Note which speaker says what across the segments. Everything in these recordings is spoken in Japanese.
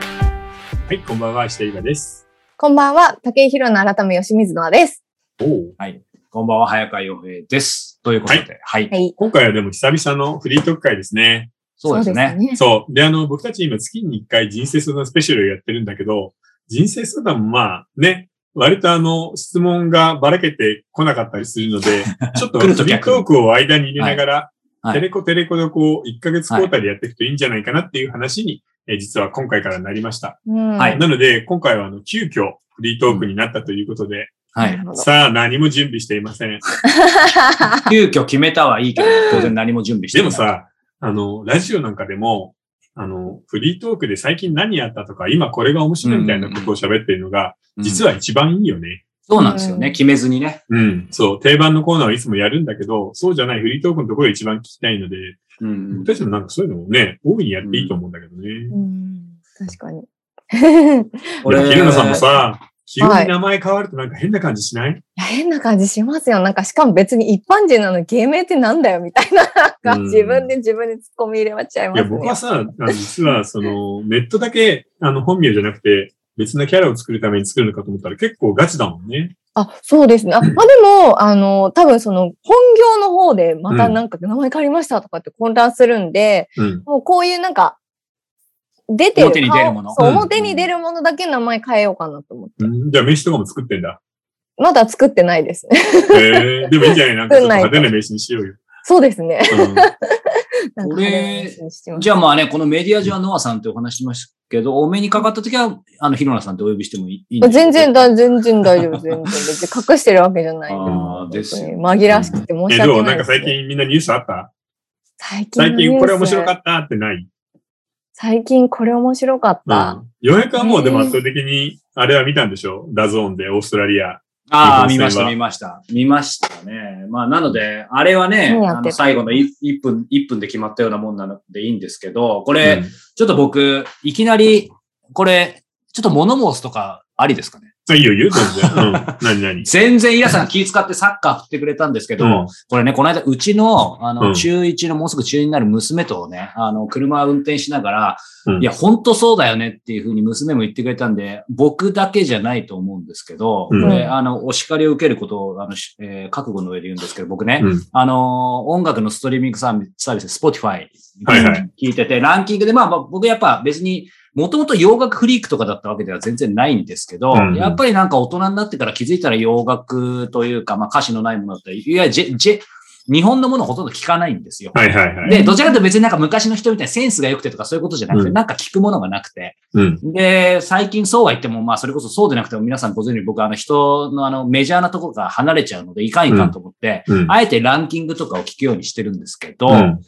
Speaker 1: はい、こんばんは、下今です。
Speaker 2: こんばんは、武井宏の改め吉水野です。
Speaker 1: おお。
Speaker 3: こんばんは、早川洋平です。ということで、はい。
Speaker 2: はい。
Speaker 1: 今回はでも久々のフリートーク会ですね。
Speaker 3: そうですね。
Speaker 2: ね。
Speaker 1: そう。で、あの、僕たち今月に1回人生相談スペシャルをやってるんだけど、人生相談もまあね、割とあの、質問がばらけてこなかったりするの で、ちょっとフリ
Speaker 3: 来ると
Speaker 1: ー
Speaker 3: 逆に
Speaker 1: トークを間に入れながら、
Speaker 3: はい
Speaker 1: テレコテレコでこう、1ヶ月交代でやっていくといいんじゃないかなっていう話に、えー実は今回からなりました。
Speaker 2: うん、
Speaker 3: はい
Speaker 1: なので、今回はあの、急遽フリートークになったということで、
Speaker 3: は。
Speaker 2: ないるほど。
Speaker 1: さあ何も準備していません。
Speaker 3: 急遽決めたはいいけど、当然何も準備して
Speaker 1: で
Speaker 3: ない
Speaker 1: も、さ、あの、ラジオなんかでも、あの、フリートークで最近何やったとか、今これが面白いみたいなことを喋ってるのが、実
Speaker 3: は。
Speaker 1: は一番いいよね。
Speaker 3: そうなんですよ
Speaker 2: う
Speaker 3: ね。
Speaker 2: ん
Speaker 3: 決めずにね。
Speaker 1: うん。そう、定番のコーナーはいつもやるんだけど、そうじゃないフリートークのところが一番聞きたいので、
Speaker 3: うんうん
Speaker 1: 僕たちもなんかそういうのをね、大いにやっていいと思うんだけどね。
Speaker 2: うん、確かに。
Speaker 1: 俺、
Speaker 3: 俺
Speaker 1: ヒルナさんもさ、急に
Speaker 2: はい
Speaker 1: 名前変わるとなんか変な感じしない、
Speaker 2: いや変な感じしますよ。なんか、しかも別に一般人なのに芸名ってなんだよ、みたいな。なん
Speaker 1: うん
Speaker 2: か、自分で自分に突っ込み入れちゃい
Speaker 1: い
Speaker 2: ま
Speaker 1: や、
Speaker 2: す
Speaker 1: 僕は
Speaker 2: ね。
Speaker 1: さ、あの実は、その、ネットだけ、あの、本名じゃなくて、別なキャラを作るために作るのかと思ったら結構ガチだもんね。
Speaker 2: あ、そうですね。あ、まあ、でも、あの、多分その、本業の方で、またなんか名前変わりましたとかって混乱するんで、
Speaker 1: うん。
Speaker 2: もうこういうなんか、出てる
Speaker 3: 表に出るもの
Speaker 2: 顔そ
Speaker 1: う
Speaker 2: う
Speaker 1: ん
Speaker 2: 表に出るものだけ名前変えようかなと思って。
Speaker 1: うんじゃあ、飯とかも作ってんだ。
Speaker 2: まだ作ってないですね。
Speaker 1: えー、でもいいんじゃないなんかちょっと派手な名刺にしようよ。
Speaker 2: そうですね。
Speaker 1: うん
Speaker 2: なんか
Speaker 3: これ
Speaker 2: 派手な話にしてます
Speaker 3: じゃあまあね、このメディア上はノアさんってお話ししましたけど、お目にかかった時は、あの、ヒロナさんってお呼びしてもいいいいんですか
Speaker 2: 全然だ、全然大丈夫、全然。別に隠してるわけじゃない。
Speaker 3: ああ、ですよ。
Speaker 2: 紛らわしくて申
Speaker 1: え、
Speaker 2: し
Speaker 1: どうな
Speaker 2: 訳なんい
Speaker 1: か
Speaker 2: です、
Speaker 1: 最近みんなニュースあった
Speaker 2: 最近の
Speaker 1: 最
Speaker 2: ニュース、
Speaker 1: 近これ面白かったってない、
Speaker 2: 最近これ面白かっ
Speaker 1: う
Speaker 2: た。
Speaker 1: ん、ようやくはもうでも
Speaker 2: えー
Speaker 1: 圧倒的に、あれは見たんでしょダゾーンでオーストラリア。
Speaker 3: ああ、
Speaker 1: 日
Speaker 3: 見
Speaker 1: 本戦
Speaker 3: まし
Speaker 1: は
Speaker 3: た、見ました。見ましたね。まあ、なので、あれはね、
Speaker 2: 何や
Speaker 3: あ
Speaker 2: っ
Speaker 3: の
Speaker 2: てた
Speaker 3: 最後のい1分、1分で決まったようなもんなのでいいんですけど、これ、
Speaker 1: うん
Speaker 3: ちょっと僕、いきなり、これ、ちょっと物申すとかありですかね。
Speaker 1: あいいよ、言うと全然。うん。何々。
Speaker 3: 全然皆さん気遣ってサッカー振ってくれたんですけど、
Speaker 1: うん
Speaker 3: これね、この間、うちの、あ
Speaker 1: うん
Speaker 3: の、中1の、もうすぐ中2になる娘とね、あの、車を運転しながら、
Speaker 1: うん
Speaker 3: いや、ほんとそうだよねっていうふうに娘も言ってくれたんで、僕だけじゃないと思うんですけど、
Speaker 1: うん
Speaker 3: これ、あの、お叱りを受けることを、あの、しえー覚悟の上で言うんですけど、僕ね、
Speaker 1: うん
Speaker 3: あの、音楽のストリーミングサービス、サービス Spotify、
Speaker 1: はいは
Speaker 3: 聞いてて、ランキングで、まあ、まあ僕やっぱ別に、もともと洋楽フリークとかだったわけでは全然ないんですけど、
Speaker 1: うん
Speaker 3: やっぱりなんか大人になってから気づいたら洋楽というか、まあ歌詞のないものだったり、いわゆるジェ、ジェ、日本のものほとんど聞かないんですよ。
Speaker 1: はいはいはい。
Speaker 3: で、どちらかというと別になんか昔の人みたいにセンスが良くてとかそういうことじゃなくて、
Speaker 1: うん
Speaker 3: なんか聞くものがなくて。
Speaker 1: うん。
Speaker 3: で、最近そうは言っても、まあそれこそそうでなくても皆さんご存知のように僕あの人のあのメジャーなところから離れちゃうので、いかんいかんと思って、
Speaker 1: うん。
Speaker 3: あえてランキングとかを聞くようにしてるんですけど、
Speaker 1: うん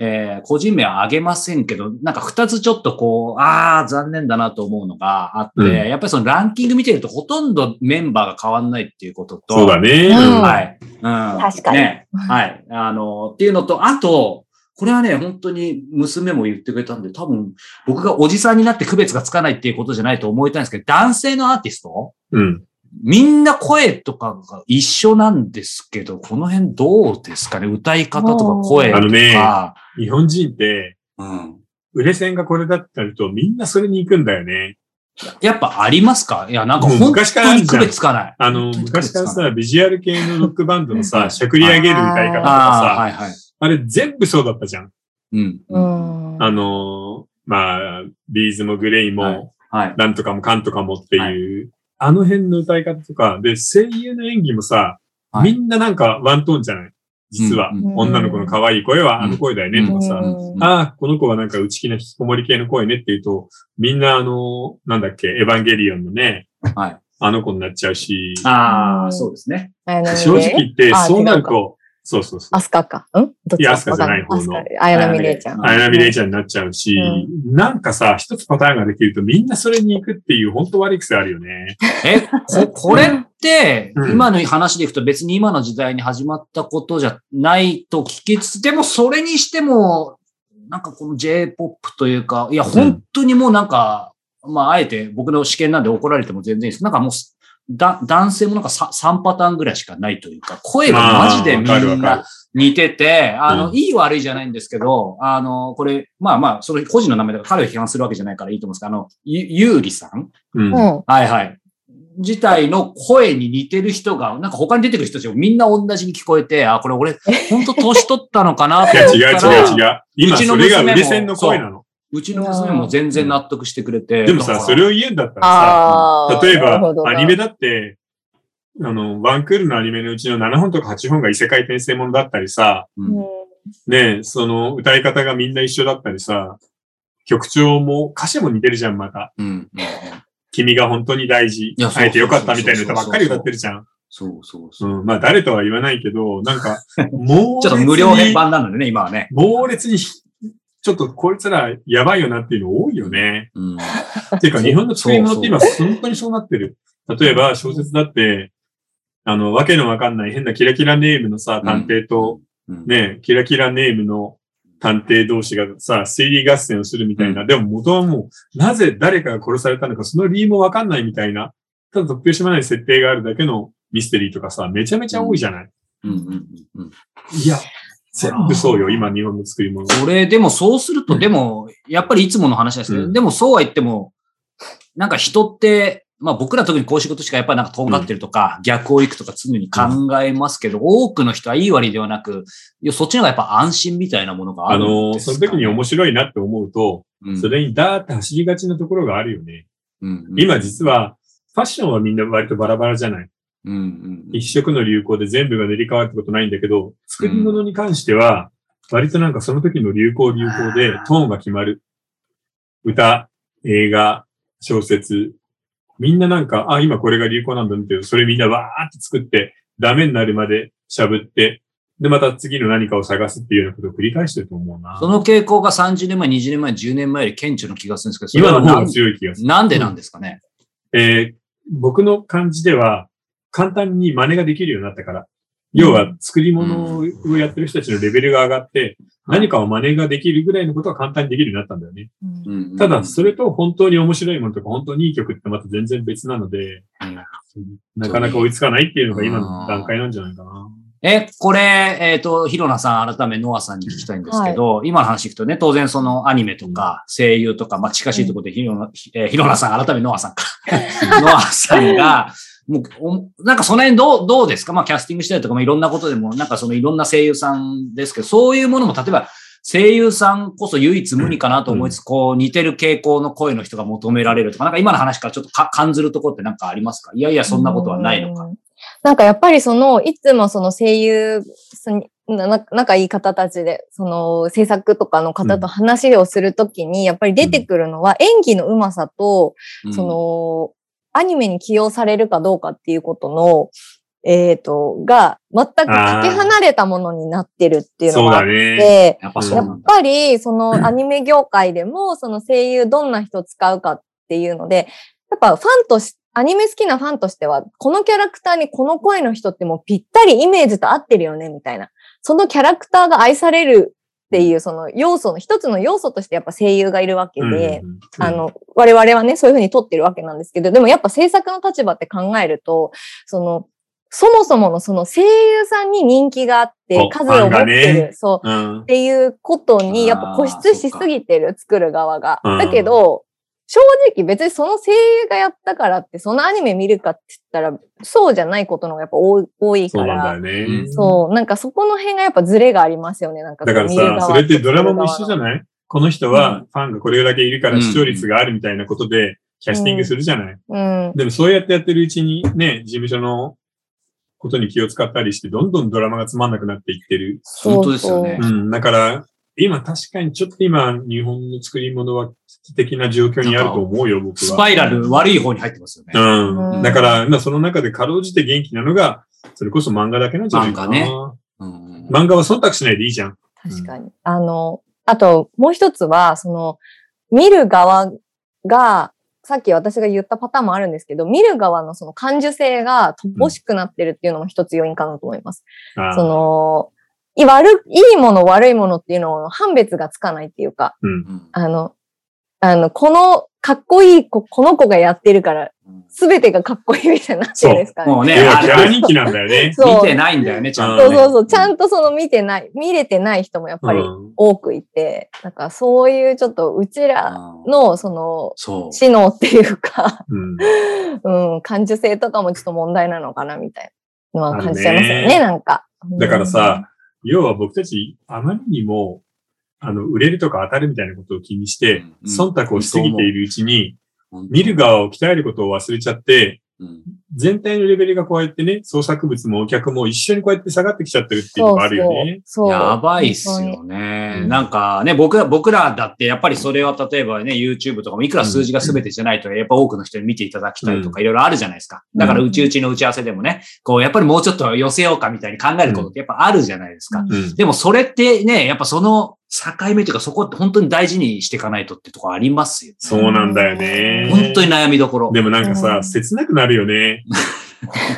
Speaker 3: えー個人名は挙げませんけど、なんか二つちょっとこう、ああ、残念だなと思うのがあって、
Speaker 1: うん
Speaker 3: やっぱりそのランキング見てるとほとんどメンバーが変わんないっていうことと、
Speaker 1: そうだね。
Speaker 2: うん
Speaker 3: はい。うん。確
Speaker 2: かに
Speaker 3: ね。はい。あの、っていうのと、あと、これはね、本当に娘も言ってくれたんで、多分、僕がおじさんになって区別がつかないっていうことじゃないと思いたいんですけど、男性のアーティスト
Speaker 1: うん。
Speaker 3: みんな声とかが一緒なんですけど、この辺どうですかね歌い方とか声
Speaker 1: あの
Speaker 3: と
Speaker 1: ね、
Speaker 3: か。
Speaker 1: 日本人って、
Speaker 3: うん。
Speaker 1: 売れ線がこれだってなると、みんなそれに行くんだよね。
Speaker 3: やっぱありますかいや、なんか本
Speaker 1: 昔から
Speaker 3: 当
Speaker 1: ある
Speaker 3: に
Speaker 1: じゃ
Speaker 3: 区
Speaker 1: ん
Speaker 3: 別つかない。
Speaker 1: あの、
Speaker 3: 本当に区別
Speaker 1: 昔
Speaker 3: つ
Speaker 1: から
Speaker 3: ない
Speaker 1: さ、ビジュアル系のロックバンドの
Speaker 3: う
Speaker 1: さ、
Speaker 3: ん
Speaker 1: しゃくり上げる歌い方とか
Speaker 3: ああ、
Speaker 1: さ、
Speaker 3: はいはい。
Speaker 1: あれ全部そうだったじゃん。
Speaker 3: うん。
Speaker 2: う
Speaker 3: うん
Speaker 2: ん。
Speaker 1: あのーまあ、ビーズもグレイも、
Speaker 3: はいはい。
Speaker 1: なんとかもかんとかもっていう、あの辺の歌い方とか、で、声優の演技もさ、
Speaker 3: はい
Speaker 1: みんななんかワントーンじゃない実は、
Speaker 3: うんうん
Speaker 1: 女の子の可愛い声はあの声だよね、とかさ、
Speaker 2: うん
Speaker 3: うん
Speaker 1: ああ、この子はなんか内気な引きこもり系の声ねって言うと、みんなあのーなんだっけ、エヴァンゲリオンのね、
Speaker 3: はい
Speaker 1: あの子になっちゃうし、
Speaker 3: ああ、そうですね。
Speaker 2: 綾波
Speaker 1: 正直言って、
Speaker 2: あ
Speaker 1: そうなる
Speaker 2: 違
Speaker 1: と、そうそうそう
Speaker 2: ア。スカか。んどっち
Speaker 1: いやア
Speaker 2: だ
Speaker 1: スカじゃない方の
Speaker 2: わかんアスカ綾波レイちゃん。
Speaker 3: あ
Speaker 1: 綾波レイちゃんになっちゃうし、
Speaker 2: う
Speaker 1: なんかさ、一つパターンができるとみんなそれに行くっていう、本当悪い癖あるよね。
Speaker 3: え、こ、これって
Speaker 1: う、ん
Speaker 3: 今の話でいくと別に今の時代に始まったことじゃないと聞きつつ、でもそれにしても、なんかこの J-POP というか、いや、本当にもうなんか、まあ、あえて僕の試験なんで怒られても全然いいです。なんかもう、だ、男性もなんか 3, パターンぐらいしかないというか、声がマジでみ
Speaker 1: あーわかるわ
Speaker 3: ん
Speaker 1: かる
Speaker 3: な、似てて、あの、
Speaker 1: う
Speaker 3: いい悪いじゃないんですけど、あの、これ、まあまあ、その個人の名前だから彼を批判するわけじゃないからいいと思うんですけど、あの、ゆ、ゆうりさん
Speaker 1: うん。
Speaker 2: うん。
Speaker 3: はいはい。自体の声に似てる人が、なんか他に出てくる人たちもみんな同じに聞こえて、あ、これ俺、ほんと年取ったのかなっ
Speaker 1: い
Speaker 3: て
Speaker 1: や、
Speaker 3: 思っ
Speaker 1: 違
Speaker 3: た
Speaker 1: う
Speaker 3: ら。
Speaker 1: 違う違う。今、
Speaker 3: うちの
Speaker 1: そ
Speaker 3: 娘
Speaker 1: れ
Speaker 3: も
Speaker 1: が売れ線の声なの。
Speaker 3: うちの娘も全然納得してくれて。
Speaker 1: でもさ、それ
Speaker 3: を。
Speaker 1: を言うんだったらさ、
Speaker 2: ああ。
Speaker 1: 例え
Speaker 2: なるほ
Speaker 1: ば
Speaker 2: ど、な
Speaker 1: アニメだって、あの、ワンクールのアニメのうちの7本とか8本が異世界転生ものだったりさ、
Speaker 3: うん
Speaker 2: うん
Speaker 1: ねえ、その、歌い方がみんな一緒だったりさ、曲調も歌詞も似てるじゃん、また。
Speaker 3: うんうんうん
Speaker 1: 君が本当に大事
Speaker 3: や。
Speaker 1: 会えてよかったみたいな
Speaker 3: そうそうそうそう
Speaker 1: 歌ばっかり歌ってるじゃん。
Speaker 3: そうそう
Speaker 1: う
Speaker 3: そう。
Speaker 1: ん。まあ、誰とは言わないけど、なん か、もう、
Speaker 3: ちょっと無料編版なのでね、今はね。
Speaker 1: 猛烈に、ちょっとこいつらやばいよなっていうの多いよね。
Speaker 3: うん。
Speaker 1: っていうか日本の作り物って今本当にそうなってる。例えば小説だって、あの、わけのわかんない変なキラキラネームのさ、探偵と、
Speaker 3: うん、
Speaker 1: ね、キラキラネームの探偵同士がさ、推理合戦をするみたいな。
Speaker 3: う
Speaker 1: でも元はもう、なぜ誰かが殺されたのか、その理由もわかんないみたいな。ただ突拍子もない設定があるだけのミステリーとかさ、めちゃめちゃ多いじゃない、
Speaker 3: うんうんうんうん。
Speaker 1: いや、全部そうよ、今日本の作り物。
Speaker 3: これ、でもそうすると、
Speaker 1: うん
Speaker 3: でも、やっぱりいつもの話ですけど、
Speaker 1: うん
Speaker 3: でもそうは言っても、なんか人って、まあ僕ら特にこういう仕事しかやっぱなんかとんがってるとか、逆を行くとか常に考えますけど、多くの人はいい割ではなく、いやそっちの方がやっぱ安心みたいなものがあ
Speaker 1: あ
Speaker 3: るん
Speaker 1: の、
Speaker 3: です
Speaker 1: そ
Speaker 3: か
Speaker 1: の時に面白いなって思うと、
Speaker 3: うん
Speaker 1: それにダーって走りがちなところがあるよね。
Speaker 3: うんうん
Speaker 1: 今実は、ファッションはみんな割とバラバラじゃない。
Speaker 3: うんうん
Speaker 1: 一色の流行で全部が塗り替わるってことないんだけど、作り物に関しては、割となんかその時の流行流行でトーンが決まる。歌、映画、小説。みんななんか、あ、今これが流行なんだみたいな、それみんなわーって作って、ダメになるまでしゃぶって、で、また次の何かを探すっていうようなことを繰り返してると思うな。
Speaker 3: その傾向が30年前、20年前、10年前より顕著な気がするんですけど、それ
Speaker 1: 今
Speaker 3: は
Speaker 1: の方
Speaker 3: なん
Speaker 1: が強い気がする。
Speaker 3: なんでなんですかね。
Speaker 1: えー僕の感じでは、簡単に真似ができるようになったから。要は、作り物をやってる人たちのレベルが上がって、何かを真似ができるぐらいのことは簡単にできるようになったんだよね。
Speaker 2: うん
Speaker 3: うんうん
Speaker 1: ただ、それと本当に面白いものとか、本当にいい曲ってまた全然別なので、
Speaker 3: うん
Speaker 1: なかなか追いつかないっていうのが今の段階なんじゃないかな。
Speaker 3: え、これ、えっ、と、ヒロナさん、改めノアさんに聞きたいんですけど、今の話聞くとね、当然そのアニメとか声優とか、まあ近しいところでヒロナ、えーヒロナさん、改めノア さんか。ノアさんが、もうお、なんかその辺どう、どうですかまあキャスティングしたりとか、まあいろんなことでも、なんかそのいろんな声優さんですけど、そういうものも、例えば声優さんこそ唯一無二かなと思いつつ、こう似てる傾向の声の人が求められるとか、なんか今の話からちょっとか感ずるところってなんかありますかいやいや、そんなことはないのか。
Speaker 2: うん。なんかやっぱりその、いつもその声優さんに、なな仲いい方たちで、その制作とかの方と話をするときに、やっぱり出てくるのは演技のうまさと、
Speaker 3: うん
Speaker 2: その、アニメに起用されるかどうかっていうことの、えっ、と、が、全くかけ離れたものになってるっていうの
Speaker 1: そう
Speaker 2: があ
Speaker 1: だ
Speaker 2: っ
Speaker 1: ね。
Speaker 2: て、
Speaker 3: やっぱそう
Speaker 2: や
Speaker 3: なんだ
Speaker 2: っ。ぱり、そのアニメ業界でも、その声優どんな人使うかっていうので、やっぱファンとし、アニメ好きなファンとしては、このキャラクターにこの声の人ってもうぴったりイメージと合ってるよね、みたいな。そのキャラクターが愛されるっていう、その要素の、一つの要素としてやっぱ声優がいるわけ
Speaker 1: うん
Speaker 2: で、あ、の、我々はね、そういうふうに撮ってるわけなんですけど、でもやっぱ制作の立場って考えると、その、そもそものその声優さんに人気があって
Speaker 1: お、
Speaker 2: 数を
Speaker 1: ファ
Speaker 2: 持って
Speaker 1: ンがね
Speaker 2: る、そう、
Speaker 1: うん
Speaker 2: っていうことに、やっ
Speaker 3: あ
Speaker 2: ぱ
Speaker 3: ー
Speaker 2: 固執しすぎてる、作る側が。
Speaker 1: うん
Speaker 2: だけど、正直別にその声優がやったからって、そのアニメ見るかって言ったら、そうじゃないことの方がやっぱ多い多い
Speaker 1: そ
Speaker 2: か
Speaker 1: うな
Speaker 2: ら。
Speaker 1: んだよね。
Speaker 2: そう、なんかそこの辺がやっぱズレがありますよね、なんかこ
Speaker 1: だ
Speaker 2: う
Speaker 1: から
Speaker 2: 見る側
Speaker 1: さ、それってドラマも一緒じゃ
Speaker 2: い
Speaker 1: ないこの人はファンがこれだけいるから視聴率があるみたいなことでキャスティングするじゃない、
Speaker 2: うん。
Speaker 1: でもそうやってやってるうちにね、事務所のことに気を使ったりして、どんどんドラマがつまんなくなっていってる。
Speaker 3: 本当ですよね
Speaker 2: そ
Speaker 1: う、
Speaker 2: うそうん
Speaker 1: だから、今確かにちょっと今、日本の作り物は危機的な状況にあると思うよ、僕
Speaker 3: ス
Speaker 1: は。
Speaker 3: パイラル悪い方に入ってますよね。
Speaker 1: う。
Speaker 2: うんん
Speaker 1: だから、今その中でかろうじて元気なのが、それこそ漫画だけなんじゃないかな。
Speaker 3: 漫
Speaker 1: 漫
Speaker 3: うん
Speaker 1: 画は忖度しないでいいじゃん。
Speaker 2: 確かに。あの、あと、もう一つは、その、見る側が、さっき私が言ったパターンもあるんですけど、見る側のその感受性が乏しくなってるっていうのも一つ要因かなと思います。
Speaker 1: あー
Speaker 2: その、い悪い、いいもの悪いものっていうのを判別がつかないっていうか、
Speaker 1: うん。
Speaker 3: うん
Speaker 2: あの、あの、このかっこいいこ、この子がやってるから、
Speaker 3: うん
Speaker 2: すべてがかっこいいみたいになってるんですかね。
Speaker 3: もうね、
Speaker 1: 要は
Speaker 3: あ
Speaker 1: キャ
Speaker 3: れ
Speaker 1: ラ人気なんだよね。
Speaker 2: そう
Speaker 3: 見てないんだよね、ちゃん
Speaker 2: そ
Speaker 3: と
Speaker 2: う
Speaker 3: ね。
Speaker 2: そうそう。ちゃんとその見てない、見れてない人もやっぱり
Speaker 1: うん
Speaker 2: 多くいて、なんかそういうちょっとうちら
Speaker 3: うん
Speaker 2: のその
Speaker 3: そう。
Speaker 2: 知能っていうか、
Speaker 1: うん
Speaker 2: うん、感受性とかもちょっと問題なのかなみたいなのは感じちゃいますよ
Speaker 1: あ
Speaker 2: ね、
Speaker 1: るね
Speaker 2: なんか。
Speaker 1: だからさ、要は僕たち、あまりにも、あの、売れるとか当たるみたいなことを気にして、
Speaker 3: うん
Speaker 1: 忖度をしすぎているうちに、
Speaker 3: 本当
Speaker 1: 見る側を鍛えることを忘れちゃって、
Speaker 3: うん
Speaker 1: 全体のレベルがこうやってね、創作物もお客も一緒にこうやって下がってきちゃってるっていう
Speaker 2: そ
Speaker 1: の
Speaker 2: う
Speaker 1: があるよ
Speaker 2: そ
Speaker 1: ね
Speaker 2: う。。そう
Speaker 3: やばいっす
Speaker 2: 本当に
Speaker 3: よね。
Speaker 1: うん
Speaker 3: なんかね、僕ら、僕らだって、やっぱりそれは例えばね、YouTube とかもいくら数字が全てじゃないと、やっぱ多くの人に見ていただきたいとか、いろいろあるじゃないですか。だから、
Speaker 2: うん
Speaker 3: うちうちの打ち合わせでもね、こう、やっぱりもうちょっと寄せようかみたいに考えることってやっぱあるじゃないですか。
Speaker 2: うん
Speaker 1: うん。
Speaker 3: でもそれってね、やっぱその境目というか、そこって本当に大事にしていかないとってとこありますよ。
Speaker 1: そうなんだよね。
Speaker 3: 本当に悩みどころ。
Speaker 1: でもなんか
Speaker 2: う
Speaker 1: さ、
Speaker 2: ん
Speaker 1: 切なくなるよ ね。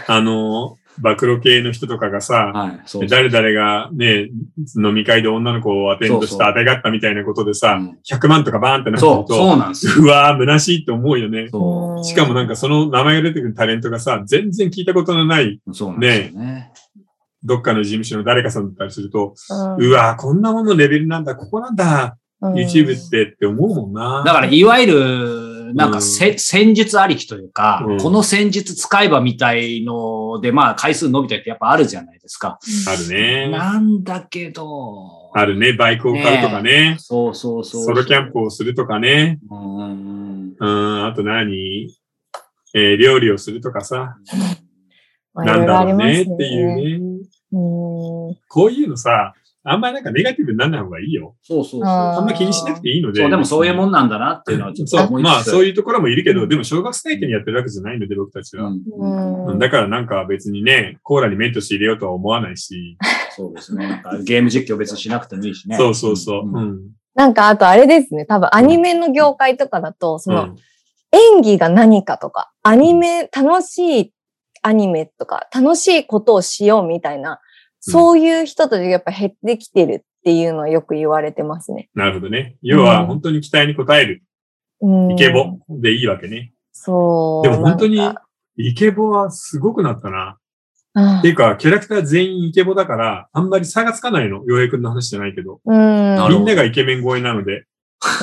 Speaker 1: あの、暴露系の人とかがさ、
Speaker 3: はい、そう
Speaker 1: 誰々がね、飲み会で女の子をアテンドし
Speaker 3: そうそ
Speaker 1: た、
Speaker 3: う
Speaker 1: 当てがったみたいなことで
Speaker 3: う
Speaker 1: さ、
Speaker 3: ん
Speaker 1: 100万とかバーンってなる
Speaker 3: そ
Speaker 1: と
Speaker 3: う、、そうなんですよ。
Speaker 1: うわー、虚しいと思うよね。
Speaker 3: そ、
Speaker 2: うん
Speaker 1: しかもなんかその名前が出てくるタレントがさ、全然聞いたことのないう
Speaker 3: そうなんですよね。
Speaker 1: どっかの事務所の誰かさんだったりすると、
Speaker 2: うん
Speaker 1: うわー、こんなもののレベルなんだ、ここなんだ、
Speaker 2: うん
Speaker 1: YouTube ってって思うもんな。
Speaker 3: だから、いわゆる、なんかせ、
Speaker 1: う
Speaker 3: 戦術ありきというか、
Speaker 1: うん
Speaker 3: この戦術使えばみたいので、まあ、回数伸びたりってやっぱあるじゃないですか。
Speaker 1: あるね。
Speaker 3: なんだけど、
Speaker 1: あるね。バイクを買うとかね。
Speaker 3: そうそうそう。
Speaker 1: ソロキャンプをするとかね。
Speaker 3: うんうんうん。
Speaker 1: うーん、あと何えー料理をするとかさ。
Speaker 2: まあ
Speaker 1: なんだろうね
Speaker 2: い
Speaker 1: っ
Speaker 2: ろいろあります
Speaker 1: ていうね。
Speaker 2: うん
Speaker 1: こういうのさ、あんまりなんかネガティブにならない方がいいよ。
Speaker 3: そうそうそう。
Speaker 2: あー
Speaker 1: あんま気にしなくていいので。
Speaker 3: そう、でもそういうも
Speaker 1: ん
Speaker 3: んなんだなっていうのはちょっと
Speaker 1: そ
Speaker 3: 思
Speaker 1: う、
Speaker 3: いつつ
Speaker 1: まあそういうところもいるけ
Speaker 2: う
Speaker 1: ど、
Speaker 2: ん
Speaker 1: でも小学生相手にやってるわけじゃないので、僕たちは。
Speaker 3: うん
Speaker 2: うん
Speaker 1: だからなんか別にね、コーラにメントして入れようとは思わないし、
Speaker 3: そうですね。なんかゲーム実況別にしなくてもいいしね。
Speaker 1: そうそうそう。うん
Speaker 3: ん。
Speaker 2: なんかあとあれですね、多分アニメの業界とかだと、その、
Speaker 1: うん
Speaker 2: 演技が何かとか、アニメ、楽しいアニメとか、楽しいことをしようみたいな、そういう人たちがやっぱ減ってきてるっていうのはよく言われてますね。
Speaker 1: なるほどね。要は本当に期待に応える。
Speaker 2: うん
Speaker 1: イケボ。でいいわけね。
Speaker 2: そう。
Speaker 1: でも本当に
Speaker 2: なんか
Speaker 1: イケボはすごくなったな。
Speaker 2: うん
Speaker 1: っていうか、キャラクター全員イケボだから、あんまり差がつかないの。洋平くんの話じゃないけど。
Speaker 2: うん。
Speaker 3: なるほ
Speaker 1: み
Speaker 3: ど
Speaker 1: んながイケメン超えなので、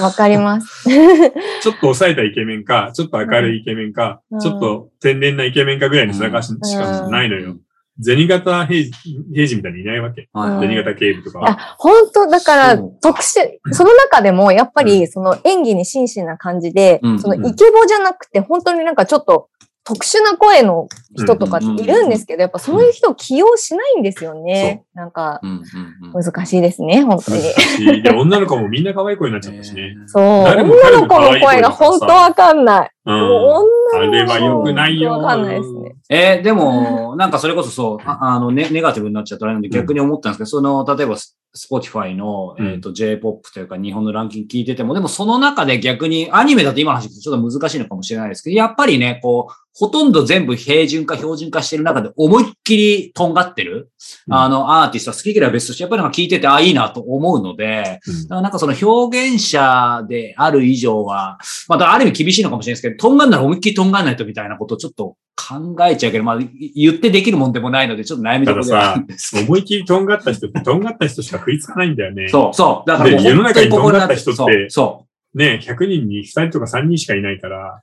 Speaker 2: わか ります。
Speaker 1: ちょっと抑えたイケメンか、ちょっと明るいイケメンか、
Speaker 2: うん
Speaker 1: ちょっと天然なイケメンかぐらいの差がし,、
Speaker 3: うん
Speaker 1: かないの
Speaker 3: う
Speaker 1: よ
Speaker 3: ん。
Speaker 1: 銭形平次平次みたいにいないわけ。
Speaker 2: うん
Speaker 1: 銭形警部とかは。
Speaker 2: あ本当だから、
Speaker 3: そう
Speaker 2: 特殊、その中でも、やっぱり、その演技に真摯な感じで、
Speaker 3: うん
Speaker 2: そのイケボじゃなくて、本当になんかちょっと特殊な声の人とかっているんですけど、やっぱそういう人を起用しないんですよね。なんか、
Speaker 3: うんうんうん
Speaker 2: 難しいですね、本当に。
Speaker 1: しで、女の子もみんな可愛い声になっちゃったし ね。
Speaker 2: そう。
Speaker 1: 誰
Speaker 2: 女
Speaker 1: も彼も
Speaker 2: の子の声が本当わかんない。
Speaker 1: う。
Speaker 2: もうん
Speaker 1: あ
Speaker 2: 女の子
Speaker 1: れは良くないよ。
Speaker 2: わかんないですね。
Speaker 3: えーでも、なんかそれこそそう、ああの、ね、ネガティブになっちゃったらあれなんで逆に思ったんですけど、その、例えばス、スポティファイの、え
Speaker 1: うん
Speaker 3: っ、と、J-POP というか日本のランキング聞いてても、でもその中で逆に、アニメだと今の話聞くとちょっと難しいのかもしれないですけど、やっぱりね、こう、ほとんど全部平準化、標準化してる中で思いっきりとんがってる、
Speaker 1: うん
Speaker 3: あの、アーティストは好き嫌いは別として、やっぱりなんか聞いてて、あ、いいなと思うので、だからなんかその表現者である以上は、まあだからある意味厳しいのかもしれないですけど、とんがんなら思いっきりとんがんないとみたいなことをちょっと考えちゃうけど、まあい言ってできるもんでもないので、ちょっと悩みどころではあるんです
Speaker 1: う
Speaker 3: け
Speaker 1: ん
Speaker 3: ど。
Speaker 1: 思いっきりとんがった 人って、とんがった人しか食いつかないんだよね。
Speaker 3: そう、そう。だからもう
Speaker 1: で世の中に
Speaker 3: 本当ここ
Speaker 1: とんがった
Speaker 3: そ
Speaker 1: 人って
Speaker 3: う、そう。
Speaker 1: ね100人に2人とか3人しかいないから、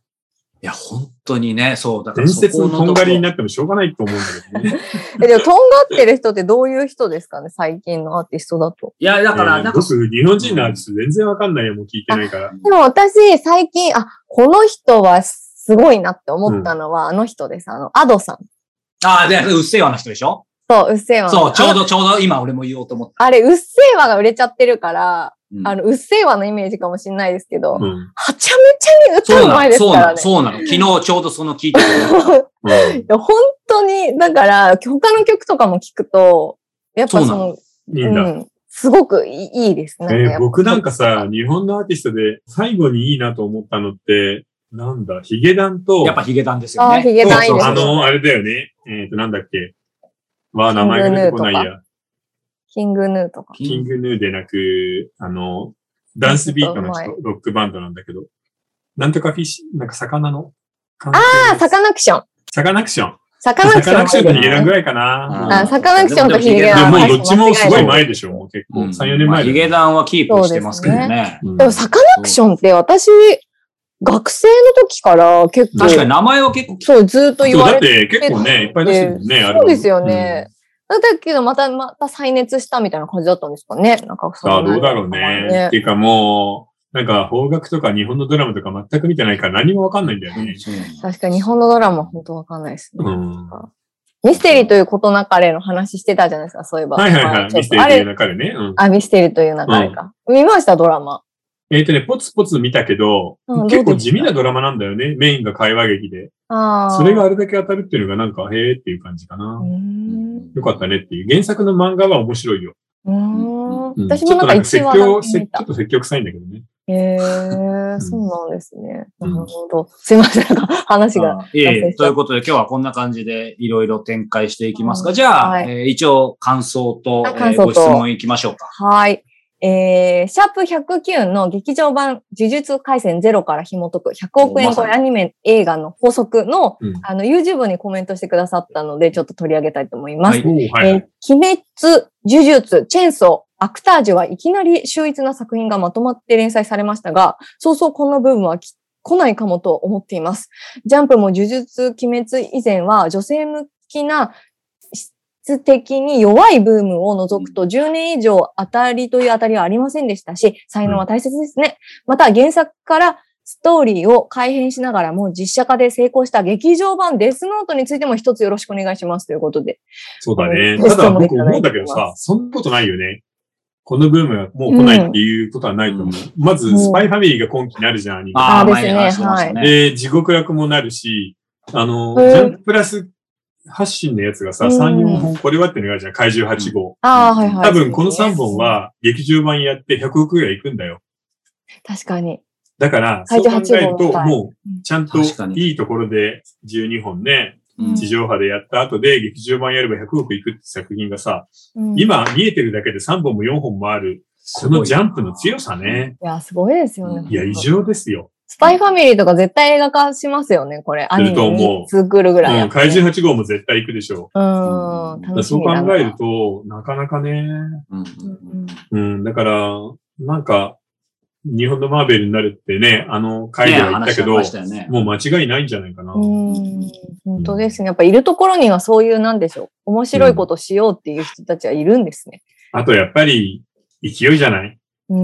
Speaker 3: いや、本当にね、そう。だから
Speaker 1: 伝
Speaker 3: そ
Speaker 1: 説
Speaker 3: こ
Speaker 1: の
Speaker 3: の
Speaker 1: とん
Speaker 3: とこ
Speaker 1: がりに
Speaker 3: ろ。
Speaker 1: なってもしょうがないと思うんだけどね。
Speaker 2: えでも、とんがってる人ってどういう人ですかね、最近のアーティストだと。
Speaker 3: いや、だから、
Speaker 1: えー
Speaker 3: なんか、
Speaker 1: 僕、日本人のアーティスト全然わかんないよ、もう聞いてないから。
Speaker 2: でも私、最近、あ、この人はすごいなって思ったのは、あの人です。あの、アドさん。
Speaker 3: ああ、で、うっせぇわな人でしょ
Speaker 2: そう、うっせぇわ。
Speaker 3: そう、ちょう
Speaker 2: あの。
Speaker 3: ど、ちょうど今俺も言おうと思った。
Speaker 2: あれ、うっせぇわが売れちゃってるから、
Speaker 3: うん
Speaker 2: あの、うっせぇわのイメージかもしれないですけど、
Speaker 1: うん。
Speaker 2: はちゃめちゃに
Speaker 3: そう
Speaker 2: 歌う
Speaker 3: な
Speaker 2: 前
Speaker 3: の、
Speaker 2: です
Speaker 3: そう
Speaker 2: か
Speaker 3: な
Speaker 2: ら
Speaker 3: の、
Speaker 2: ね。
Speaker 3: そうなの。昨日ちょうどその聞いてた。
Speaker 1: うん
Speaker 2: いや本当に、だから、他の曲とかも聞くと、やっぱそ
Speaker 3: そうな
Speaker 2: の、
Speaker 1: いいんだ。
Speaker 2: ん、すごくいいいいですね。やっ
Speaker 1: え
Speaker 2: ぱ
Speaker 1: ー僕なんかさ、、日本のアーティストで最後にいいなと思ったのって、なんだ、ヒゲダンと、
Speaker 3: やっぱヒゲダンですよ
Speaker 2: あ
Speaker 3: ね。
Speaker 2: あ、ヒゲダンいい
Speaker 1: そう
Speaker 2: で
Speaker 1: そう
Speaker 2: す
Speaker 1: あ
Speaker 2: ね。
Speaker 1: の、あれだよね。えっ、と、なんだっけ。わあ、名前が出てこないや。
Speaker 2: キングヌーとか。
Speaker 1: キングヌーでなく、あの、ダンスビートの
Speaker 2: ちょっと
Speaker 1: 人、ロックバンドなんだけど。なんとかフィッシュ、なんか魚の関
Speaker 2: あ、サカナクション。
Speaker 1: サカナクション。
Speaker 2: サカナ
Speaker 1: サ
Speaker 2: クシ
Speaker 1: カ
Speaker 2: ョ
Speaker 1: ナ
Speaker 2: ン
Speaker 1: クションとヒゲダンぐ
Speaker 2: い。
Speaker 1: らいかな。
Speaker 2: あサカナクションとヒゲ
Speaker 1: い
Speaker 2: ダ
Speaker 1: や、
Speaker 2: ン。
Speaker 1: もうどっちもすごい
Speaker 2: 間違
Speaker 1: 前でしょ、もう結構。3、4年
Speaker 3: まあ
Speaker 1: 前
Speaker 3: ヒ
Speaker 1: だよ
Speaker 3: ゲダンはキープしてますけどね。
Speaker 1: うん
Speaker 2: でも、サカナクションって私、学生の時から結構、
Speaker 3: 確かに名前は結構聞
Speaker 2: そう、ずっと言
Speaker 1: そう
Speaker 2: わ
Speaker 1: だっ
Speaker 2: れて
Speaker 1: て結構ね、いっぱい出してるもんね、あれ
Speaker 2: そうですよね。だけど、また、また再熱したみたいな感じだったんですかね。なんか、そ
Speaker 1: さあ、
Speaker 2: の
Speaker 1: どうだろうね。っていうかもう、なんか邦楽とか日本のドラマとか全く見てないから何もわかんないんだよね
Speaker 3: く。。そう
Speaker 2: 確かに日本のドラマ本当わかんないですね。
Speaker 1: うん。
Speaker 2: ミステリーということなかれの話してたじゃないですか、そういえば。
Speaker 1: はいはい
Speaker 2: ま
Speaker 1: は
Speaker 2: あ
Speaker 1: い。
Speaker 2: ちょっと
Speaker 1: ミステリー
Speaker 2: あ
Speaker 1: という
Speaker 2: れ、
Speaker 1: 中でね。うん
Speaker 2: あ、ミステリーという流れか。見ました、ドラマ。
Speaker 1: えっとね、ポツポツ見たけど
Speaker 2: うん、
Speaker 1: 結
Speaker 2: どう
Speaker 1: 構
Speaker 2: でした
Speaker 1: 地味なドラマなんだよね。メインが会話劇で。
Speaker 2: ああ。
Speaker 1: それがあれだけ当たるっていうのがなんか、へえっていう感じか
Speaker 2: う
Speaker 1: な
Speaker 2: ー。ん。
Speaker 1: よかったねっていう。原作の漫画は面白いよ。
Speaker 2: うーん
Speaker 1: うん
Speaker 2: 私もなんか一
Speaker 1: ちょっ
Speaker 2: 話
Speaker 1: と
Speaker 2: だ
Speaker 1: なんか
Speaker 2: け
Speaker 1: 説教、説
Speaker 2: 見
Speaker 1: ちょ
Speaker 2: た
Speaker 1: っ。と説教臭いんだけどね。
Speaker 2: へえー、
Speaker 1: ん
Speaker 2: そうなんですね。な
Speaker 1: うん
Speaker 2: るほど。すいません、なんか話が。
Speaker 3: あいえいえということで今日はこんな感じでいろいろ展開していきます
Speaker 2: う
Speaker 3: が、
Speaker 2: ん
Speaker 3: じゃあ、
Speaker 2: はい
Speaker 3: えー一応感想と
Speaker 2: あ
Speaker 3: えー
Speaker 2: 感想と
Speaker 3: ご質問いきましょうか。
Speaker 2: はい。えー、シャープ109の劇場版呪術回戦ゼロから紐解く100億円超えアニメ映画の法則の、
Speaker 1: うん
Speaker 2: あの、YouTube にコメントしてくださったので、ちょっと取り上げたいと思います。
Speaker 3: はい
Speaker 1: おーはいはい
Speaker 2: えー鬼滅、呪術、チェーンソー、アクタージュはいきなり秀逸な作品がまとまって連載されましたが、そうそうこんな部分はき来ないかもと思っています。ジャンプも呪術、鬼滅以前は女性向きな質的に弱いブームを除くと10年以上当たりという当たりはありませんでしたし、才能は大切ですね。また原作からストーリーを改変しながらも実写化で成功した劇場版デスノートについても一つよろしくお願いしますということで。
Speaker 1: そうだね。
Speaker 2: ご
Speaker 1: た
Speaker 2: 質
Speaker 1: だ
Speaker 2: 問い
Speaker 1: 僕
Speaker 2: ただ
Speaker 1: 思う
Speaker 2: いてます
Speaker 1: んだけどさ、そんなことないよね。このブームはもう来ないっていうことはないと思う。まず、スパイファミリーが今期なるじゃん、アニメ。
Speaker 2: あー
Speaker 3: ー
Speaker 2: ですね
Speaker 3: 前に話してましたね
Speaker 1: で、地獄楽もなるし、あの、
Speaker 2: うん
Speaker 1: ジャンププラス発信のやつがさ、
Speaker 2: うん
Speaker 1: 3、4本これはっていうのがあるじゃん、怪獣8号。
Speaker 2: ああ、はいはい。
Speaker 1: 多分この3本は劇場版やって100億ぐらい行くんだよ。
Speaker 2: 確かに。
Speaker 1: だから、そ
Speaker 2: 怪
Speaker 1: う考
Speaker 2: 獣
Speaker 1: える
Speaker 2: 8号
Speaker 1: と、
Speaker 2: はい
Speaker 1: もう、ちゃんと
Speaker 3: 確かに
Speaker 1: いいところで12本ね、
Speaker 2: うん
Speaker 1: 地上波でやった後で劇場版やれば100億いくって作品がさ、
Speaker 2: うん、い
Speaker 1: 今見えてるだけで3本も4本もある、このジャンプの強さね。
Speaker 2: や、すごいですよね。
Speaker 1: いや、異常ですよ。
Speaker 2: スパイファミリーとか絶対映画化しますよね、これ。アニメに作るぐらいや
Speaker 1: うん
Speaker 2: って。
Speaker 1: 怪獣8号も絶対行くでしょ
Speaker 2: うん、
Speaker 1: う。だから
Speaker 2: 楽し
Speaker 1: そう
Speaker 2: み
Speaker 1: 考
Speaker 2: だな
Speaker 1: えると、なかなかね、
Speaker 3: うん
Speaker 2: うん
Speaker 1: うん、だから、なんか、日本のマーベルになるってね、あの回で
Speaker 3: ね
Speaker 1: は言ったけど、
Speaker 3: 話してましたよね
Speaker 1: もう間違いないんじゃないかな。
Speaker 2: うん本当ですね。やっぱいるところにはそういう、なんでしょう。面白いことしようっていう人たちはいるんですね。
Speaker 1: あとやっぱり、勢いじゃない
Speaker 2: う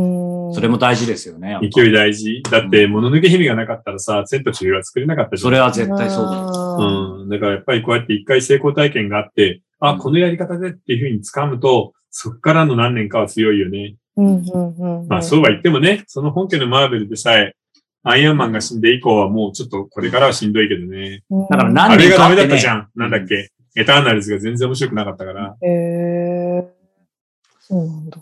Speaker 2: ん。
Speaker 3: それも大事ですよね。やっぱ
Speaker 1: 勢い大事。だって、もののけ姫がなかったらさ、千と千尋は作れなかったじゃん。
Speaker 3: それは絶対そうだ。
Speaker 1: うん。だからやっぱりこうやって一回成功体験があって、あ、
Speaker 3: うん
Speaker 1: このやり方でっていうふうに掴むと、そっからの何年かは強いよね。
Speaker 2: うん。うんうんうん。
Speaker 1: まあそうは言ってもね、その本家のマーベルでさえ、アイアンマンが死んで以降はもうちょっとこれからはしんどいけどね。
Speaker 2: うん。
Speaker 3: だから何
Speaker 1: あれ
Speaker 3: 年
Speaker 1: が
Speaker 3: か
Speaker 1: ダ
Speaker 3: あっ
Speaker 1: メだ
Speaker 3: て
Speaker 1: った
Speaker 3: ね
Speaker 1: じゃん。なんだっけ。エターナルズが全然面白くなかったから。
Speaker 2: へえ。そうなんだ。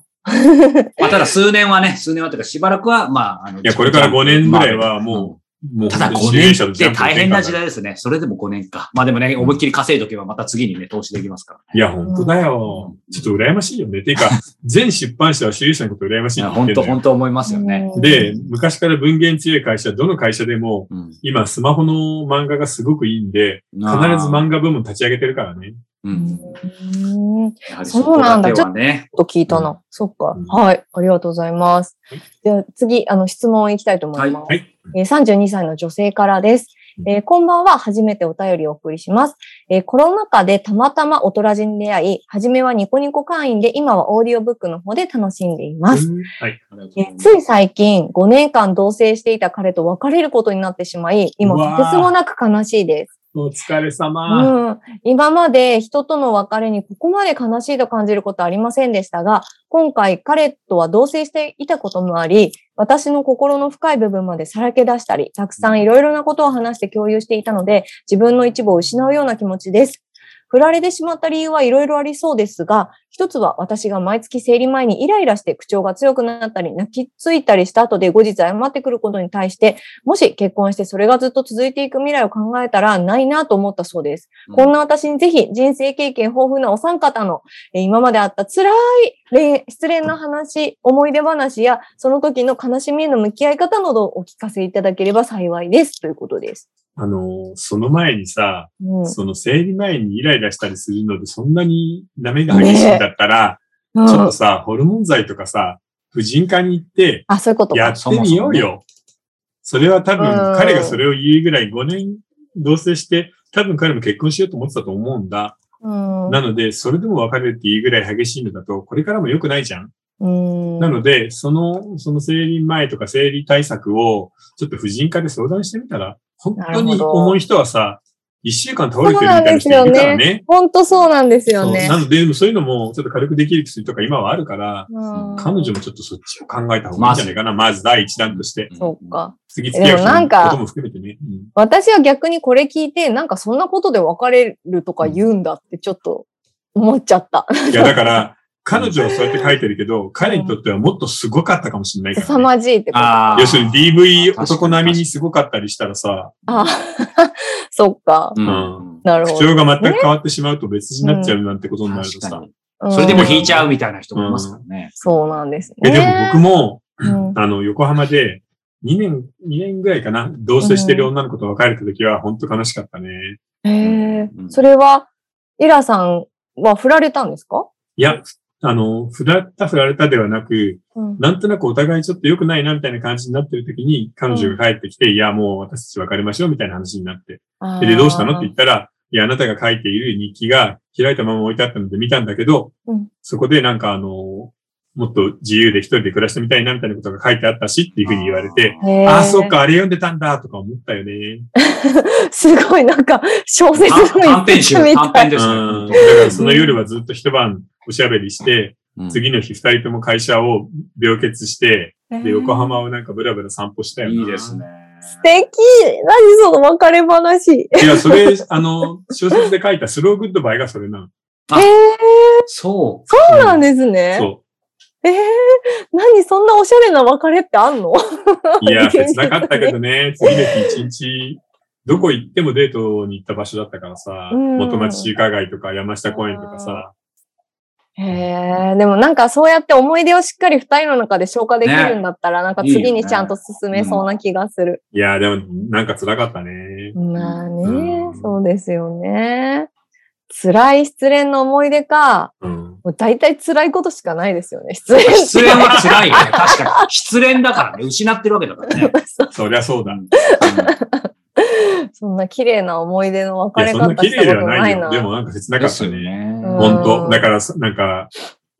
Speaker 3: まあただ数年はね、数年はというかしばらくは、まあ、あの、い
Speaker 1: やこれから5年ぐらいはももう
Speaker 3: ただ5
Speaker 1: 本当に集英社
Speaker 3: 年
Speaker 1: の
Speaker 3: っ
Speaker 1: ジャン
Speaker 3: て
Speaker 1: プの
Speaker 3: 大
Speaker 1: 転換
Speaker 3: 変な
Speaker 1: だ
Speaker 3: 時代ですね。それでも5年か。まあでもね、思いっきり稼いとけばまた次にね、投資できますから。
Speaker 1: いや、本当だよ。ちょっと羨ましいよね。ていうか、全出版社は主有者のこと羨まし
Speaker 3: い
Speaker 1: いって
Speaker 3: や、
Speaker 1: 言っ
Speaker 3: 本
Speaker 1: てん
Speaker 3: 当
Speaker 1: だよ
Speaker 3: 本当思いますよね。
Speaker 2: うん
Speaker 1: で、昔から文言強い会社、どの会社でも、
Speaker 3: うん。
Speaker 1: 今スマホの漫画がすごくいいんで、必
Speaker 3: なあ
Speaker 1: ず漫画部門立ち上げてるからね。
Speaker 3: う。
Speaker 2: うんん。
Speaker 3: やはり
Speaker 2: そうなんだ
Speaker 3: そこけはね。
Speaker 2: ちょっと聞いたな。
Speaker 1: う
Speaker 2: そっか、
Speaker 1: うん
Speaker 2: はい。ありがとうございます。では次、あの、質問いきたいと思います。
Speaker 1: はいはい
Speaker 2: えー32歳の女性からです。えーこんばんは。初めてお便りをお送りします。えーコロナ禍でたまたま大人人に出会い、初めはニコニコ会員で、今はオーディオブックの方で楽しんでいます。
Speaker 1: はい。
Speaker 2: えーつい最近、5年間同棲していた彼と別れることになってしまい、今、
Speaker 1: うわー
Speaker 2: とてつもなく悲しいです。
Speaker 1: お疲れ様。
Speaker 2: うん、今まで人との別れにここまで悲しいと感じることはありませんでしたが、今回彼とは同棲していたこともあり、私の心の深い部分までさらけ出したり、たくさんいろいろなことを話して共有していたので、自分の一部を失うような気持ちです。振られてしまった理由はいろいろありそうですが、一つは私が毎月生理前にイライラして口調が強くなったり、泣きついたりした後で後日謝ってくることに対して、もし結婚してそれがずっと続いていく未来を考えたらないなと思ったそうです。
Speaker 3: うん
Speaker 2: こんな私にぜひ人生経験豊富なお三方の、えー今まであった辛い恋失恋の話、思い出話や、その時の悲しみへの向き合い方などをお聞かせいただければ幸いです。ということです。
Speaker 1: あのー、その前にさ、
Speaker 2: うん。
Speaker 1: その生理前にイライラしたりするので、そんなにダメが激しいんだったら、
Speaker 2: うん
Speaker 1: ちょっとさ、ホルモン剤とかさ、婦人科に行って、
Speaker 2: あ、そういうこと
Speaker 1: や
Speaker 2: か。
Speaker 1: ってみようよ。それは多分
Speaker 2: う、ん
Speaker 1: 彼がそれを言うぐらい5年同棲して、多分彼も結婚しようと思ってたと思うんだ。
Speaker 2: うん。
Speaker 1: なので、それでも別れるっていうぐらい激しいのだと、これからも良くないじゃん。
Speaker 2: うん
Speaker 1: なので、その、その生理前とか生理対策を、ちょっと婦人科で相談してみたら、本当
Speaker 2: なるほ
Speaker 1: に
Speaker 2: ど
Speaker 1: 重い人はさ、1週間倒れてるみたいな人いるからね。
Speaker 2: 本当そうなんですよ
Speaker 1: そう
Speaker 2: ね。
Speaker 1: なので、でもそういうのも、ちょっと軽くできる薬とか今はあるから、
Speaker 2: うん
Speaker 1: 彼女もちょっとそっちを考えた方がいいんじゃないかな。まず第一弾として。
Speaker 2: そうか。
Speaker 1: 次付き合う
Speaker 2: でもなん
Speaker 1: 人
Speaker 2: か
Speaker 1: のことも含めてね。うん
Speaker 2: 私は逆にこれ聞いて、なんかそんなことで別れるとか言うんだってちょっと思っちゃった。
Speaker 1: いや、だから、彼女はそうやって書いてるけど、彼にとってはもっとすごかったかもしれないか
Speaker 2: 凄
Speaker 1: ら、ね。
Speaker 2: まじいってこと。あ
Speaker 3: ああ。
Speaker 1: 要するに DV
Speaker 3: 確かに
Speaker 1: 男並みにすごかったりしたらさ、
Speaker 2: あ、 そっか。
Speaker 3: うん
Speaker 1: うん
Speaker 2: なる
Speaker 1: 口
Speaker 2: ほど。
Speaker 1: 調が全く変わってしまうと別人になっちゃうなんてことになると
Speaker 3: 確か
Speaker 1: さ。
Speaker 3: に。それでも引いちゃうみたいな人もいますからね。
Speaker 2: そうなんですね。
Speaker 1: え、でも僕も、
Speaker 2: うん
Speaker 1: あの、横浜で、2年、2年ぐらいかな、同棲してる女の子と別れた時は、本当悲しかったね。
Speaker 2: へえ
Speaker 3: うん
Speaker 2: それは、イラさんは振られたんですか
Speaker 1: いや、あの、振られた振られたではなく、
Speaker 2: うん。
Speaker 1: なんとなくお互いちょっと良くないなみたいな感じになってる時に、彼女が帰ってきて、いや、もう私たち別れましょうみたいな話になって。
Speaker 2: あー
Speaker 1: で、どうしたのって言ったら、いや、あなたが書いている日記が開いたまま置いてあったので見たんだけど、
Speaker 2: うん
Speaker 1: そこでなんかあの、もっと自由で一人で暮らしてみたいなみたいなことが書いてあったしっていうふうに言われて、
Speaker 2: へー
Speaker 1: ああ、そっか、あれ読んでたんだとか思ったよね。
Speaker 2: すごい、なんか、小 説の
Speaker 3: 短編
Speaker 2: 一
Speaker 3: 集、
Speaker 2: 角み
Speaker 3: 短
Speaker 2: た
Speaker 3: 編
Speaker 2: い。
Speaker 1: う
Speaker 3: ですね。
Speaker 1: ん。だからその夜はずっと一晩おしゃべりして、
Speaker 3: うん
Speaker 1: 次の日二人とも会社を病欠して、で、横
Speaker 2: へー
Speaker 1: 浜をなんかブラブラ散歩したよな。
Speaker 3: いいですね。
Speaker 2: 素敵何その別れ話。
Speaker 1: いや、それ、あの、小説で書いたスローグッドバイがそれなの。
Speaker 3: あ
Speaker 2: へえ、
Speaker 3: そう。
Speaker 2: そう
Speaker 1: そ
Speaker 2: なん
Speaker 1: ね。
Speaker 2: ですね。
Speaker 1: そ
Speaker 2: ええ何そんなおしゃれな別れってあんの
Speaker 1: う。いや、切なかったけどね、次の日一日、どこ行ってもデートに行った場所だったからさ、
Speaker 2: うん
Speaker 1: 元町中華街とか山下公園とかさ、
Speaker 2: へえでもなんかそうやって思い出をしっかり二人の中で消化できるんだったら、なんか次にちゃんと進めそうな気がする。
Speaker 1: いや、でもなんか辛かったね。
Speaker 2: まあね、
Speaker 1: うん
Speaker 2: そうですよね。辛い失恋の思い出か、
Speaker 1: うん。
Speaker 2: もう大体辛いことしかないですよね、失恋って。
Speaker 3: 失恋は辛いよ ね。確かに。失恋だからね。失ってるわけだからね。
Speaker 1: そりゃそうだ。い
Speaker 2: そんな綺麗な思い出の別
Speaker 1: や、
Speaker 2: れ
Speaker 1: そん
Speaker 2: 方
Speaker 1: な
Speaker 2: した
Speaker 1: 綺麗
Speaker 2: こ
Speaker 1: で
Speaker 2: と
Speaker 1: は
Speaker 2: な
Speaker 1: ない
Speaker 2: いな。
Speaker 1: よ。でもなんか切なかったね。
Speaker 3: ね
Speaker 2: うん
Speaker 1: 本当だから、なんか、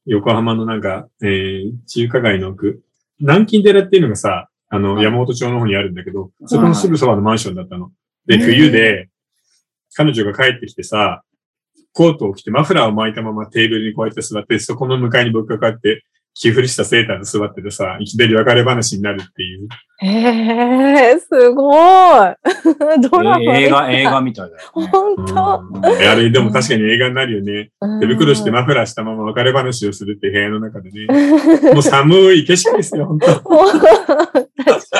Speaker 1: 横浜のなんか、えー中華街の奥、南京寺っていうのがさ、あの、
Speaker 3: はい
Speaker 1: 山本町の方にあるんだけど、そこのすぐそばのマンションだったの。で、冬で、彼女が帰ってきてさ、コートを着てマフラーを巻いたままテーブルにこうやって座って、そこの向かいに僕がこうやって、着古したセーターで座っててさ、いきなり別れ話になるっていう。
Speaker 2: へえ、すごい。 ドラマみたい。
Speaker 3: 映画、映画みた いだよね。
Speaker 2: 本当。
Speaker 1: うんあれ、でも確かに映画になるよね。手袋して
Speaker 2: ま
Speaker 1: マフラーしたまま別れ話をするって部屋の中でね。もう寒い景色ですよ、本当
Speaker 2: す。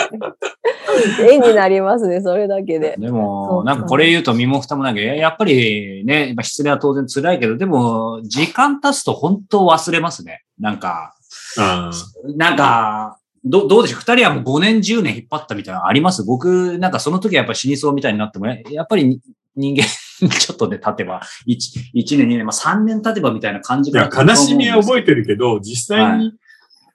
Speaker 2: 絵になりますね、それだけで。そ
Speaker 3: で
Speaker 2: う
Speaker 3: も、なんかこれ言うと身も蓋もないけど、やっぱりね、まあ失恋は当然辛いけど、でも、時間経つと本当忘れますね。なんか、
Speaker 1: あ
Speaker 3: なんか、どどうでしょう二人はもう5年、10年引っ張ったみたいなのあります僕、なんかその時はやっぱ死にそうみたいになっても、ややっぱりに人間、ちょっとね、経てば、1, 一年、2年、まあ3年経てばみたいな感じ
Speaker 1: いや、悲しみは覚え
Speaker 3: て
Speaker 1: てるけど、実際に、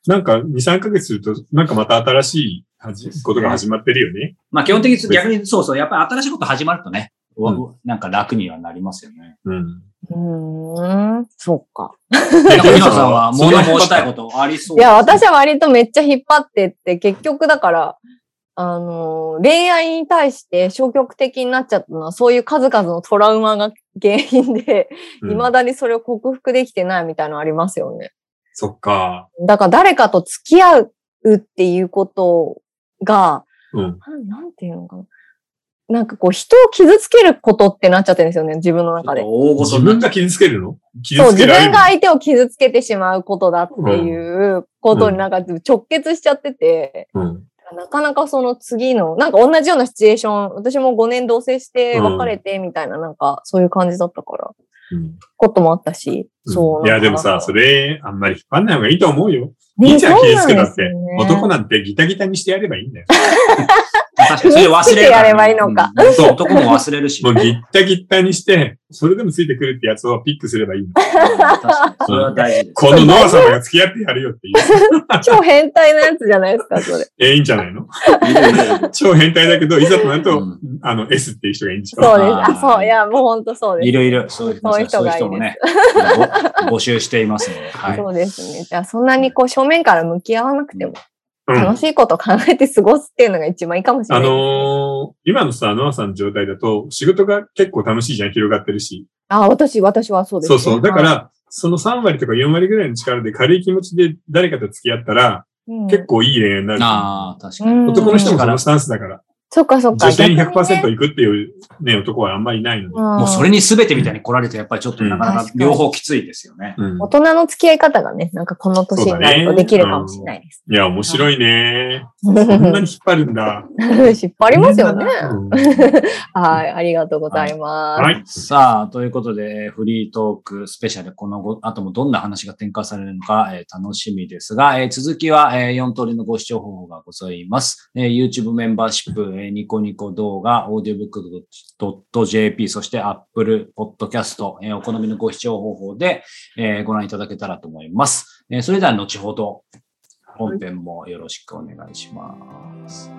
Speaker 1: なんか2、3ヶ月すると、なんかまた新しいはじことが始まってるよね。
Speaker 3: まあ基本的に逆にそうそう、やっぱり新しいこと始まるとね、わ
Speaker 1: う
Speaker 3: なんか楽にはなりますよ ね。
Speaker 1: うん。
Speaker 2: うーん、そうか。
Speaker 3: なんか、
Speaker 1: ヒ
Speaker 3: ひ
Speaker 1: ロ
Speaker 3: さんは
Speaker 1: そ
Speaker 3: 物
Speaker 1: の
Speaker 3: 申したいことありそう
Speaker 2: いや、私は割とめっちゃ引っ張ってって、結局だから、あの、恋愛に対して消極的になっちゃったのは、そういう数々のトラウマが原因で、
Speaker 1: うん
Speaker 2: 未だにそれを克服できてないみたいなのありますよね。
Speaker 1: そっか。
Speaker 2: だから誰かと付き合うっていうことが、
Speaker 1: うん。
Speaker 2: なんなんていうのかな。なんかこう人を傷つけることってなっちゃってるんですよね、自分の中で。
Speaker 3: 大ご
Speaker 1: 自
Speaker 3: とにな
Speaker 1: 分
Speaker 3: っ
Speaker 1: が傷つけるの傷
Speaker 2: そう、
Speaker 1: つけ
Speaker 2: 自
Speaker 1: られ
Speaker 2: 分
Speaker 1: る
Speaker 2: が
Speaker 1: の
Speaker 2: 相手を傷つけてしまうことだっていうことになんか直結しちゃってて、
Speaker 1: うん。
Speaker 2: なかなかその次の、なんか同じようなシチュエーション、私も5年同棲して
Speaker 1: うん
Speaker 2: 別れてみたいな、なんかそういう感じだったから、
Speaker 1: うん
Speaker 2: こともあったし、そう
Speaker 1: いや、でもさ、そ
Speaker 2: れ、
Speaker 1: れ、あんまり引っ張んない方がいいと思うよ。
Speaker 2: ね
Speaker 1: いいじゃん、
Speaker 2: そう
Speaker 1: 傷
Speaker 2: な
Speaker 1: つ
Speaker 2: ん
Speaker 1: く
Speaker 2: で
Speaker 1: だっ
Speaker 2: す
Speaker 1: て
Speaker 2: よ。
Speaker 1: 男なんてギタギタにしてやればいいんだよ。
Speaker 3: 確かにそれ忘れる
Speaker 2: やればいいのか。
Speaker 3: うん
Speaker 1: そう
Speaker 3: 男も忘れるし。
Speaker 1: もうギッタギッタにして、それでもついてくるってやつをピックすれ ばいいの。
Speaker 3: 確かにそれは大事。
Speaker 1: このノア様が付き合ってやるよっていう。
Speaker 2: 超変態なやつじゃないですか、それ。
Speaker 1: え、いいんじゃないの
Speaker 3: いるいるいる
Speaker 1: 超変態だけど、いざとなると、
Speaker 3: うん
Speaker 1: あの、S っていう人がいいんでしょ
Speaker 2: そうです。あ、そう、いや、もうほんとそうです
Speaker 3: い。ろいろ、そういう
Speaker 2: そういう人
Speaker 3: そういう
Speaker 2: がいいです
Speaker 3: 人もね、 ぼ募集していますので、はい。
Speaker 2: そうですね。じゃあ、そんなにこう正面から向き合わなくても、
Speaker 1: うん。
Speaker 2: 楽しいこと考えて過ごすっていうのが一番いいかもしれ
Speaker 1: あ
Speaker 2: ない。
Speaker 1: のー今のさ、ノアさんの状態だと、仕事が結構楽しいじゃん、広がってるし。
Speaker 2: あ、私、私はそうです、
Speaker 1: そうそう。だか
Speaker 2: はい、
Speaker 1: ら、その3割とか4割ぐらいの力で軽い気持ちで誰かと付き合ったら、
Speaker 2: うん
Speaker 1: 結構いい恋愛になる。
Speaker 3: ああ、確か
Speaker 2: う
Speaker 3: に。
Speaker 2: ん
Speaker 1: 男の人もそのスタンスだから。
Speaker 2: そっかそっか。
Speaker 1: 女性に
Speaker 2: 逆ね
Speaker 1: 100%行くっていうね、男はあんまりいないので。
Speaker 3: もうそれ
Speaker 2: ん
Speaker 3: に全てみたいに来られて、やっぱりちょっとなかなか両方きついですよね。
Speaker 1: うん
Speaker 2: 大人の付き合い方がね、なんかこの年になるとできるかもしれないです。
Speaker 1: いや、面白い ね。
Speaker 2: 引
Speaker 1: こんなに引っ張るんだ。
Speaker 2: っ張りますよね。
Speaker 1: うん
Speaker 2: はい、ありがとうございます。
Speaker 1: はい。
Speaker 3: さあ、ということで、えーフリートークスペシャル、この後後もどんな話が展開されるのか、えー楽しみですが、えー続きは、え4通りのご視聴方法がございます。えー YouTube メンバーシップ、えーニコニコ動画、audiobook.jp、そして Apple Podcast、えーお好みのご視聴方法で、えーご覧いただけたらと思います。えーそれでは後ほど、本編もよろしくお願いします。